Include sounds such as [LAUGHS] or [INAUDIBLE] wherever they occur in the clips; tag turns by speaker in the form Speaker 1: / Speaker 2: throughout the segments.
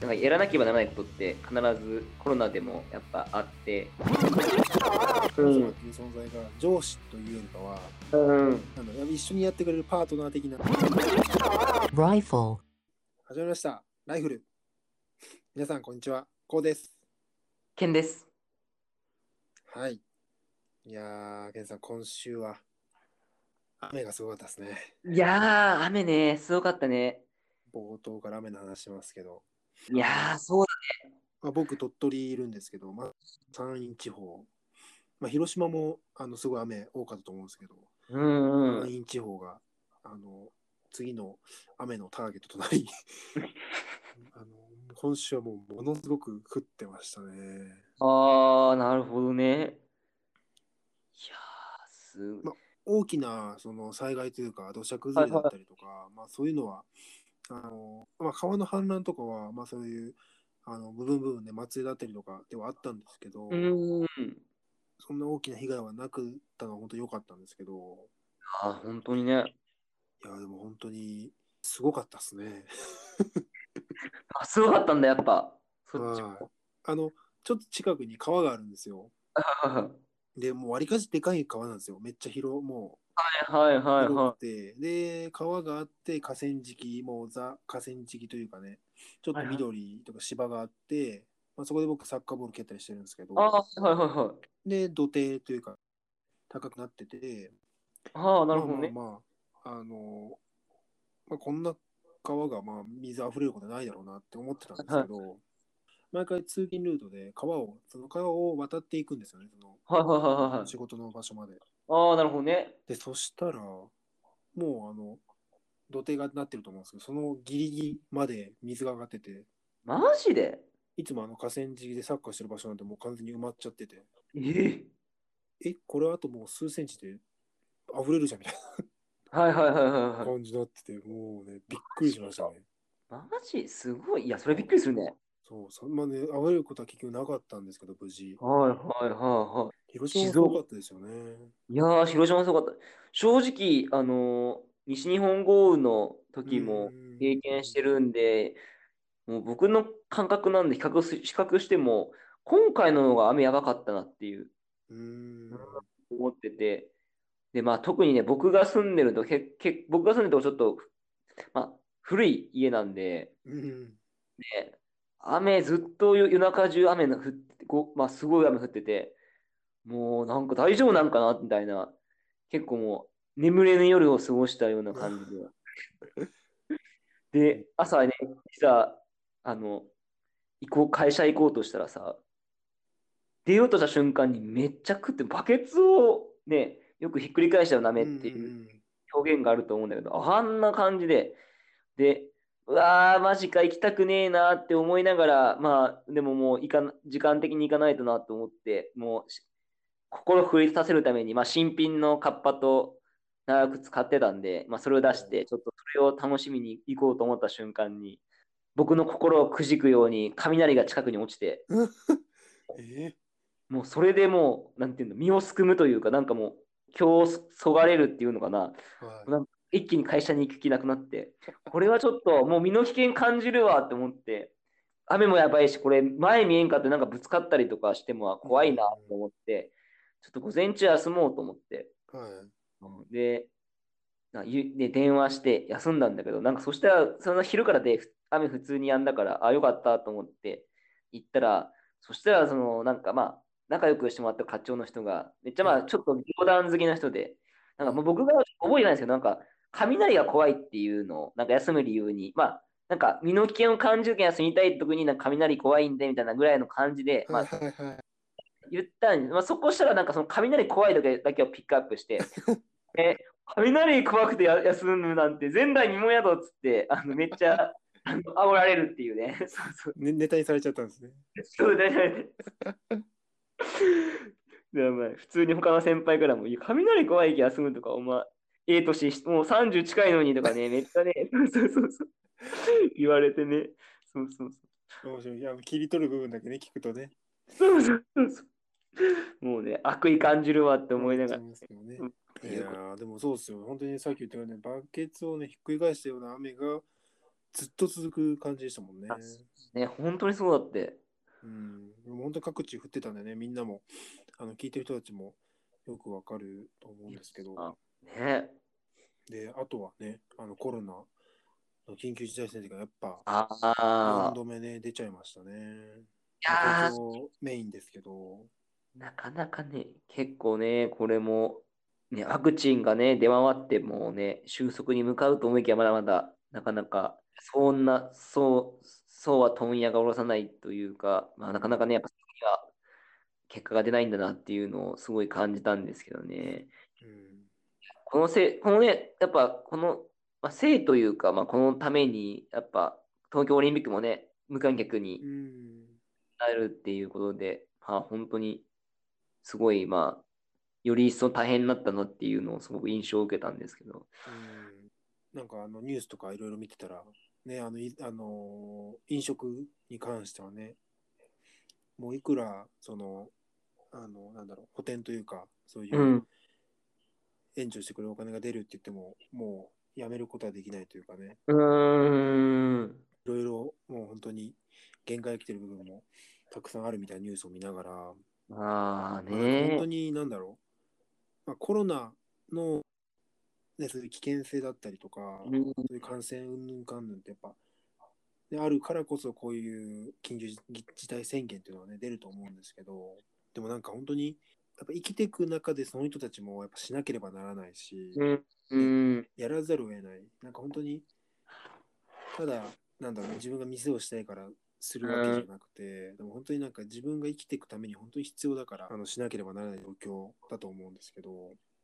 Speaker 1: なんかやらなければならないことって必ずコロナでもやっぱあってう
Speaker 2: 彼女
Speaker 1: ん
Speaker 2: っていう存在が上司というよりかは、
Speaker 1: うん
Speaker 2: なんだろう一緒にやってくれるパートナー的な。
Speaker 3: rifle,
Speaker 2: 始まりました。ライフル。皆さん、こんにちは。こうです。
Speaker 1: ケンです
Speaker 2: はい。いやー、ケンさん、今週は雨がすごかったですね。
Speaker 1: いやー雨ねすごかったね
Speaker 2: 冒頭から雨の話しますけど、
Speaker 1: いやーそう
Speaker 2: まあ、僕、鳥取いるんですけど、まあ、山陰地方、まあ、広島もあのすごい雨多かったと思うんですけど、
Speaker 1: だうんう
Speaker 2: 山
Speaker 1: ん
Speaker 2: 陰地方があの次の雨のターゲットとな
Speaker 1: [LAUGHS]
Speaker 2: りあの今週はもうものすごく降ってましたね。
Speaker 1: ああなるほどねいやーすごい
Speaker 2: ま大きなその災害というか土砂崩れだったりとか、まあ、そういうのはあの、まあ、川の氾濫とかは、まあ、そういうあの部分部分で祭りだったりとかではあったんですけど、
Speaker 1: うん
Speaker 2: そんな大きな被害はなくったのは本当良かったんですけど
Speaker 1: あー本当にね
Speaker 2: いやでも本当にすごかったですね。
Speaker 1: あすごかったんだやっぱそっち
Speaker 2: はいあのちょっと近くに川があるんですよ。
Speaker 1: は
Speaker 2: で、もうわりかしでかい川なんですよ。めっちゃ広、も
Speaker 1: いはいうはい
Speaker 2: 広
Speaker 1: は
Speaker 2: くて、で、川があって、河川敷、もうザ河川敷というかね、ちょっと緑とか芝があって、まあ、そこで僕サッカーボール蹴ったりしてるんですけど
Speaker 1: い、あーはいはいはい
Speaker 2: で、土手というか、高くなってて、
Speaker 1: ああなるほどね
Speaker 2: まあまあ、まあ、あの、まあ、こんな川がまあ水溢れることないだろうなって思ってたんですけど、毎回通勤ルートで川を、その川を渡っていくんですよね、その
Speaker 1: はいはいはいはいはい
Speaker 2: 仕事の場所まで。
Speaker 1: ああなるほどね
Speaker 2: で、そしたら、もうあの、土手がなってると思うんですけど、そのギリギリまで水が上がってて、
Speaker 1: マジで
Speaker 2: いつもあの河川敷でサッカーしてる場所なんてもう完全に埋まっちゃってて、
Speaker 1: え
Speaker 2: え、これあともう数センチで溢れるじゃんみたい
Speaker 1: はいはいはい
Speaker 2: な
Speaker 1: はいはい
Speaker 2: 感じになってて、もうね、びっくりしましたね。
Speaker 1: マジすごいいやそれびっくりするね
Speaker 2: そう、そんなね、溢れることは結局なかったんですけど、無事。
Speaker 1: はいはいはいは
Speaker 2: 広島もすごかったですよね。
Speaker 1: いいやー広島すごかった正直あのー西日本豪雨の時も
Speaker 2: うん
Speaker 1: 経験してるんでもう僕の感覚なんで比較す比較しても今回の方が雨やばかったなっていう
Speaker 2: うーん。
Speaker 1: 思ってて、で、まあ特にね、僕が住んでると、けけ僕が住んでるとこちょっと、まあ古い家なんで、
Speaker 2: うん。
Speaker 1: 雨ずっと夜夜中中雨が降って、こうまあすごい雨降ってて、もうなんか大丈夫なんかなみたいな、結構もう眠れぬ夜を過ごしたような感じで。で、朝ね、さ、あの、行こう、会社行こうとしたらさ、出ようとした瞬間にめっちゃ食って、バケツをね、よくひっくり返しちゃダメっていう表現があると思うんだけど、あんな感じで、で、うわー、マジか、行きたくねえなって思いながら、まあ、でももう行かな、時間的に行かないとなと思って、もうし、心を奮い立たせるために、まあ、新品のカッパと長靴買ってたんで、まあ、それを出して、ちょっとそれを楽しみに行こうと思った瞬間に、僕の心をくじくように雷が近くに落ちて、
Speaker 2: うんえ
Speaker 1: もうそれでもう、なんていうの、身をすくむというか、なんかもう、今日そがれるっていうのかな、
Speaker 2: ーはい
Speaker 1: 一気に会社に行く気なくなって、これはちょっともう身の危険感じるわって思って、雨もやばいし、これ前見えんかってなんかぶつかったりとかしても怖いなと思って、ちょっと午前中休もうと思って、
Speaker 2: はい。
Speaker 1: で、なゆで電話して休んだんだけど、なんかそしたら、その昼からでふ雨普通に止んだから、あ、よかったと思って行ったら、そしたら、その、なんかまあ、仲良くしてもらった課長の人が、めっちゃまあ、ちょっと冗談好きな人で、なんかもう僕が覚えてないんですけど、なんか、雷が怖いっていうのを、なんか休む理由に、まあ、なんか身の危険を感じるけん休みたい時になんか雷怖いんでみたいなぐらいの感じで、ま
Speaker 2: は
Speaker 1: あ
Speaker 2: い、はいはい。
Speaker 1: 言ったんですまあ、そこしたらなんかその雷怖いだけだけをピックアップして、え雷怖くてや休むなんて前代未聞やぞっつってあのめっちゃ [LAUGHS] あの煽られるっていうね。 [LAUGHS] そうそう
Speaker 2: ね、ネタにされちゃったんですね。
Speaker 1: そうだね。でまあ普通に他の先輩からも、いや雷怖いけ休むとか、お前、ええ年し、もう30近いのにとかね、めっちゃね、そうそうそう、言われてね、そうそうそう。
Speaker 2: 面白い。いや、切り取る部分だけね、聞くとね。
Speaker 1: そうそうそうそう。もうね、悪意感じるわって思いながら。
Speaker 2: 思っちゃいますけ
Speaker 1: う
Speaker 2: どねいやーでもそうですよ。本当にさっき言ったように、バケツをね、ひっくり返したような雨が、ずっと続く感じでしたもんね。
Speaker 1: あそうね、本当にそうだって。
Speaker 2: うん、でも本当各地降ってたんでね、みんなも、あの聞いてる人たちもよくわかると思うんですけど、
Speaker 1: あね。
Speaker 2: で、あとはね、あのコロナの緊急事態宣言がやっぱ、
Speaker 1: あ
Speaker 2: 3
Speaker 1: あ。
Speaker 2: 度目ね、出ちゃいましたね。
Speaker 1: いやー
Speaker 2: 東京メインですけど、
Speaker 1: なかなかね、結構ね、これも、ね、ワクチンがね、出回ってもうね、収束に向かうと思いきや、まだまだ、なかなか、そんな、そう、そうは問屋が下ろさないというか、まあ、なかなかね、やっぱ、そこには結果が出ないんだなっていうのをすごい感じたんですけどね。
Speaker 2: うん、
Speaker 1: このせい、このね、やっぱこの、まあ、せいというか、まあ、このために、やっぱ東京オリンピックもね、無観客に
Speaker 2: うん、
Speaker 1: なるっていうことで、まあ、本当にすごい、まあ、より一層大変になったなっていうのをすごく印象を受けたんですけど、
Speaker 2: うんなんかあのニュースとかいろいろ見てたら、ね、あの、いあのー飲食に関してはね、もういくら、その、あの、なんだろう、補填というか、そういう、
Speaker 1: うん
Speaker 2: 援助してくれるお金が出るって言っても、もうやめることはできないというかね、
Speaker 1: うーん、
Speaker 2: いろいろもう本当に限界が来てる部分もたくさんあるみたいなニュースを見ながら、ま
Speaker 1: まあ
Speaker 2: あなんか本
Speaker 1: ね
Speaker 2: 当、になんだろう、まあ、コロナの、ね、そういう危険性だったりとか、
Speaker 1: うん
Speaker 2: そういう感染うんぬんかんぬんってやっぱ、であるからこそこういう緊急事態宣言っていうのはね、出ると思うんですけど、でもなんか本当に、やっぱ生きていく中でその人たちもやっぱしなければならないし、
Speaker 1: うん、うん、
Speaker 2: やらざるを得ない。なんか本当に、ただ、なんだろう、自分が店をしたいからするわけじゃなくて、でも本当になんか自分が生きていくために本当に必要だから、あのしなければならない状況だと思うんですけど、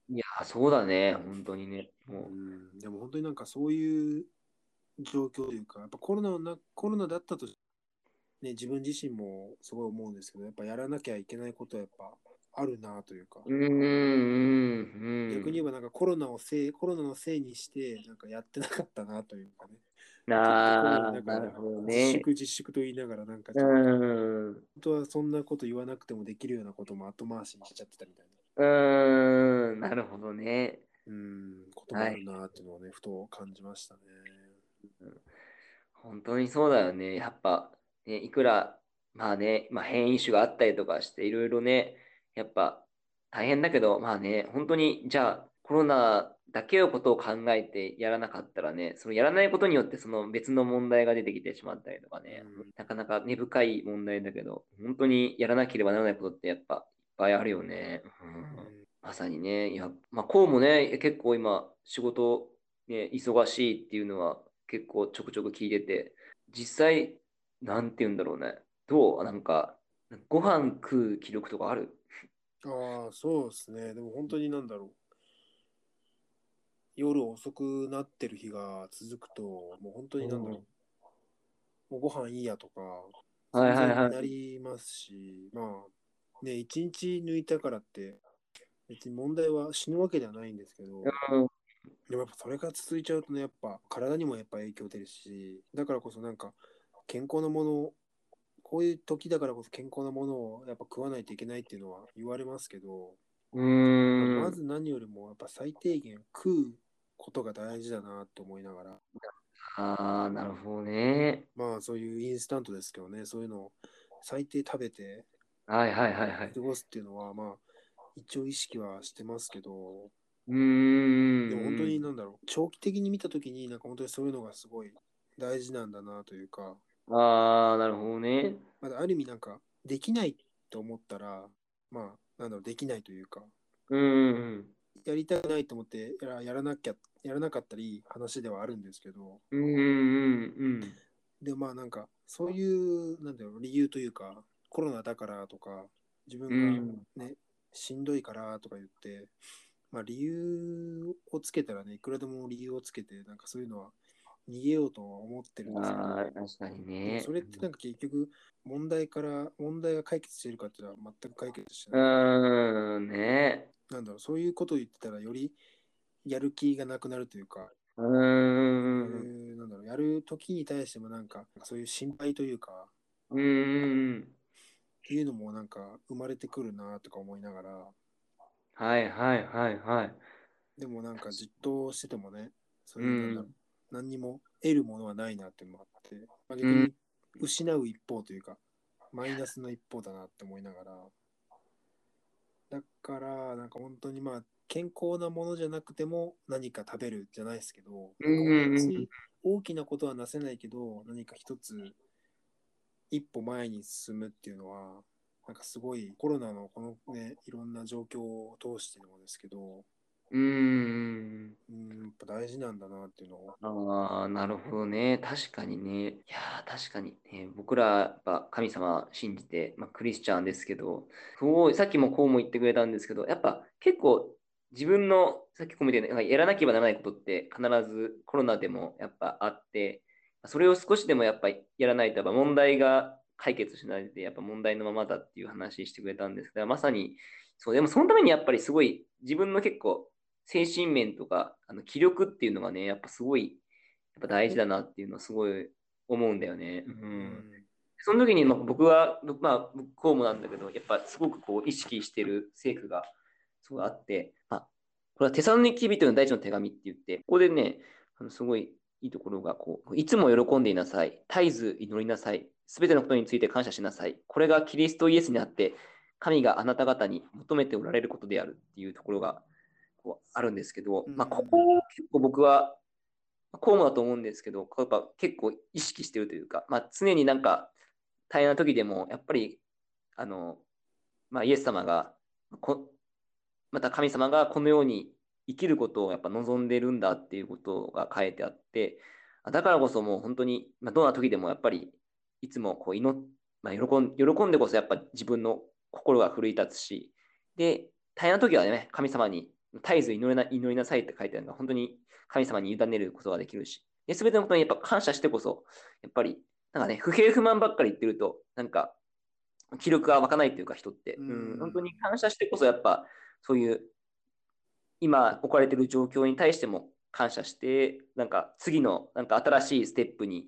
Speaker 1: いや、そうだね、本当にね、も
Speaker 2: うん、でも本当になんかそういう状況というか、やっぱコロナのなコロナだったとしね、自分自身もすごい思うんですけど、やっぱやらなきゃいけないことはやっぱあるなというか、
Speaker 1: う、うん、うん、うん、
Speaker 2: 逆に言えばなんかコロナをせい、コロナのせいにして、なんかやってなかったなというかね。
Speaker 1: なあ、
Speaker 2: ちょっとコロナ
Speaker 1: な
Speaker 2: だ
Speaker 1: る
Speaker 2: から
Speaker 1: ほど
Speaker 2: 自
Speaker 1: ね。
Speaker 2: 粛自粛と言いながらなんかちょっと
Speaker 1: うん。
Speaker 2: 本当はそんなこと言わなくてもできるようなことも後回しにしちゃってたみたいな
Speaker 1: うーん、なるほどね。
Speaker 2: うんこともあるなっていうのはね、ふと感じましたね。
Speaker 1: 本当にそうだよね。やっぱ、ね、いくら、まあね、まあ、変異種があったりとかして、いろいろね、やっぱ大変だけど、まあね、本当に、じゃあ、コロナだけのことを考えてやらなかったらね、そのやらないことによって、その別の問題が出てきてしまったりとかね、
Speaker 2: うん
Speaker 1: なかなか根深い問題だけど、本当にやらなければならないことってやっぱいっぱいあるよね。うんまさにね、いや、まあ、こうもね、結構今、仕事、ね、忙しいっていうのは結構ちょくちょく聞いてて、実際、なんて言うんだろうね、どうなんか、ご飯食う記録とかある
Speaker 2: ああそうですねでも本当になんだろう夜遅くなってる日が続くともう本当になんだろう、もうご飯いいやとか
Speaker 1: はいはいはい
Speaker 2: 全然なりますしまあね一日抜いたからって別に問題は死ぬわけではないんですけど、
Speaker 1: うん
Speaker 2: でもやっぱそれが続いちゃうとね、やっぱ体にもやっぱ影響出るし、だからこそなんか健康なものを、こういう時だからこそ健康なものをやっぱ食わないといけないっていうのは言われますけど、
Speaker 1: うーん。
Speaker 2: まず何よりもやっぱ最低限食うことが大事だなって思いながら、
Speaker 1: ああ、なるほどね。
Speaker 2: まあそういうインスタントですけどね、そういうのを最低食べて
Speaker 1: はいはいはいはい。
Speaker 2: 過ごすっていうのはまあ一応意識はしてますけど、
Speaker 1: うーん。
Speaker 2: でも本当になんだろう、長期的に見た時になんか本当にそういうのがすごい大事なんだなというか、
Speaker 1: ああ、なるほどね。
Speaker 2: まだある意味なんかできないと思ったらまあなんだろうできないというか
Speaker 1: うん。
Speaker 2: やりたくないと思ってやらやらなきゃやらなかったり話ではあるんですけど
Speaker 1: うんうんうん。
Speaker 2: でまあなんかそういうなんだろう理由というかコロナだからとか自分がね、しんどいからとか言ってまあ理由をつけたらねいくらでも理由をつけてなんかそういうのは逃げようとは思ってるんですけど
Speaker 1: ああ、確かに
Speaker 2: でも
Speaker 1: ね。
Speaker 2: それってなんか結局問題から問題が解決してるかっていうのは全く解決して
Speaker 1: う
Speaker 2: ない、
Speaker 1: ーん、ね。
Speaker 2: なんだろうそういうことを言ってたらよりやる気がなくなるというか、
Speaker 1: うーん。
Speaker 2: そういうなんだろうやる時に対してもなんかそういう心配というかっ
Speaker 1: うーん。
Speaker 2: ていうのもなんか生まれてくるなとか思いながら
Speaker 1: はいはいはいはい。
Speaker 2: でもなんかじっとしててもねそういうなんだろう、何にも得るものはないなっていうのもあって、まあ、逆
Speaker 1: う
Speaker 2: に
Speaker 1: ん
Speaker 2: 失う一方というか、マイナスの一方だなって思いながら、だから、なんか本当にまあ、健康なものじゃなくても何か食べるじゃないですけど、
Speaker 1: うんうんうん
Speaker 2: 別に大きなことはなせないけど、何か一つ一歩前に進むっていうのは、なんかすごいコロナのこのね、いろんな状況を通してでもですけど、
Speaker 1: うん。
Speaker 2: うん、やっぱ大事なんだなっていうのを。
Speaker 1: ああ、なるほどね。確かにね。いやー、確かに、ね。僕ら、やっぱ神様信じて、まあ、クリスチャンですけど、すごい、さっきもこうも言ってくれたんですけど、やっぱ結構自分の、さっきこう見て、なんかやらなければならないことって必ずコロナでもやっぱあって、それを少しでもやっぱやらないと、やっぱ問題が解決しないで、やっぱ問題のままだっていう話してくれたんですが、まさに、そう、でもそのためにやっぱりすごい自分の結構、精神面とかあの気力っていうのがね、やっぱすごいやっぱ大事だなっていうのはすごい思うんだよね。うん、その時にまあ僕は、まあ、こうもなんだけど、やっぱすごくこう意識してる聖句がすごいあって、あこれはテサロニキ人の第一の手紙って言って、ここでね、あのすごいいいところがこう、いつも喜んでいなさい、絶えず祈りなさい、すべてのことについて感謝しなさい、これがキリストイエスにあって、神があなた方に求めておられることであるっていうところがこうあるんですけど、まあ、ここを結構僕はこうもだと思うんですけど、こうやっぱ結構意識してるというか、まあ、常になんか大変な時でも、やっぱりあの、まあ、イエス様がこ、また神様がこのように生きることをやっぱ望んでるんだっていうことが書いてあって、あだからこそもう本当に、まあ、どんな時でもやっぱりいつもこう祈っ、まあ、喜ん喜んでこそやっぱ自分の心が奮い立つし、で、大変な時はね、神様に絶えず祈りな祈りなさいって書いてあるのが本当に神様に委ねることができるし、で全てのことにやっぱ感謝してこそ、やっぱり、なんかね、不平不満ばっかり言ってると、なんか、気力が湧かないというか、人って、
Speaker 2: うん
Speaker 1: うん、本当に感謝してこそ、やっぱ、そういう、今置かれてる状況に対しても感謝して、なんか、次の、なんか新しいステップに、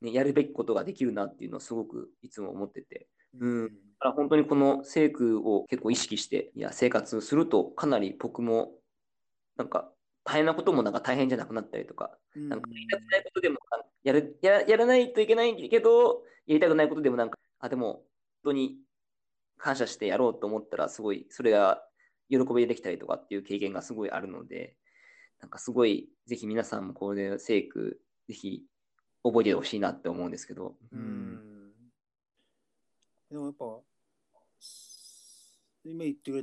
Speaker 1: ね、やるべきことができるなっていうのをすごくいつも思ってて、うんだから本当にこの聖句を結構意識して、いや、生活すると、かなり僕も、なんか、大変なこともなんか大変じゃなくなったりとか、
Speaker 2: うん
Speaker 1: なんかやりたくないことでもあやるややらないといけないけど、やりたくないことでもなんか、あ、でも、本当に感謝してやろうと思ったら、すごい、それが喜びでできたりとかっていう経験がすごいあるので、なんかすごい、ぜひ皆さんもこれで聖句、ぜひ覚えてほしいなって思うんですけど。
Speaker 2: うんでもやっぱ、今言ってくれた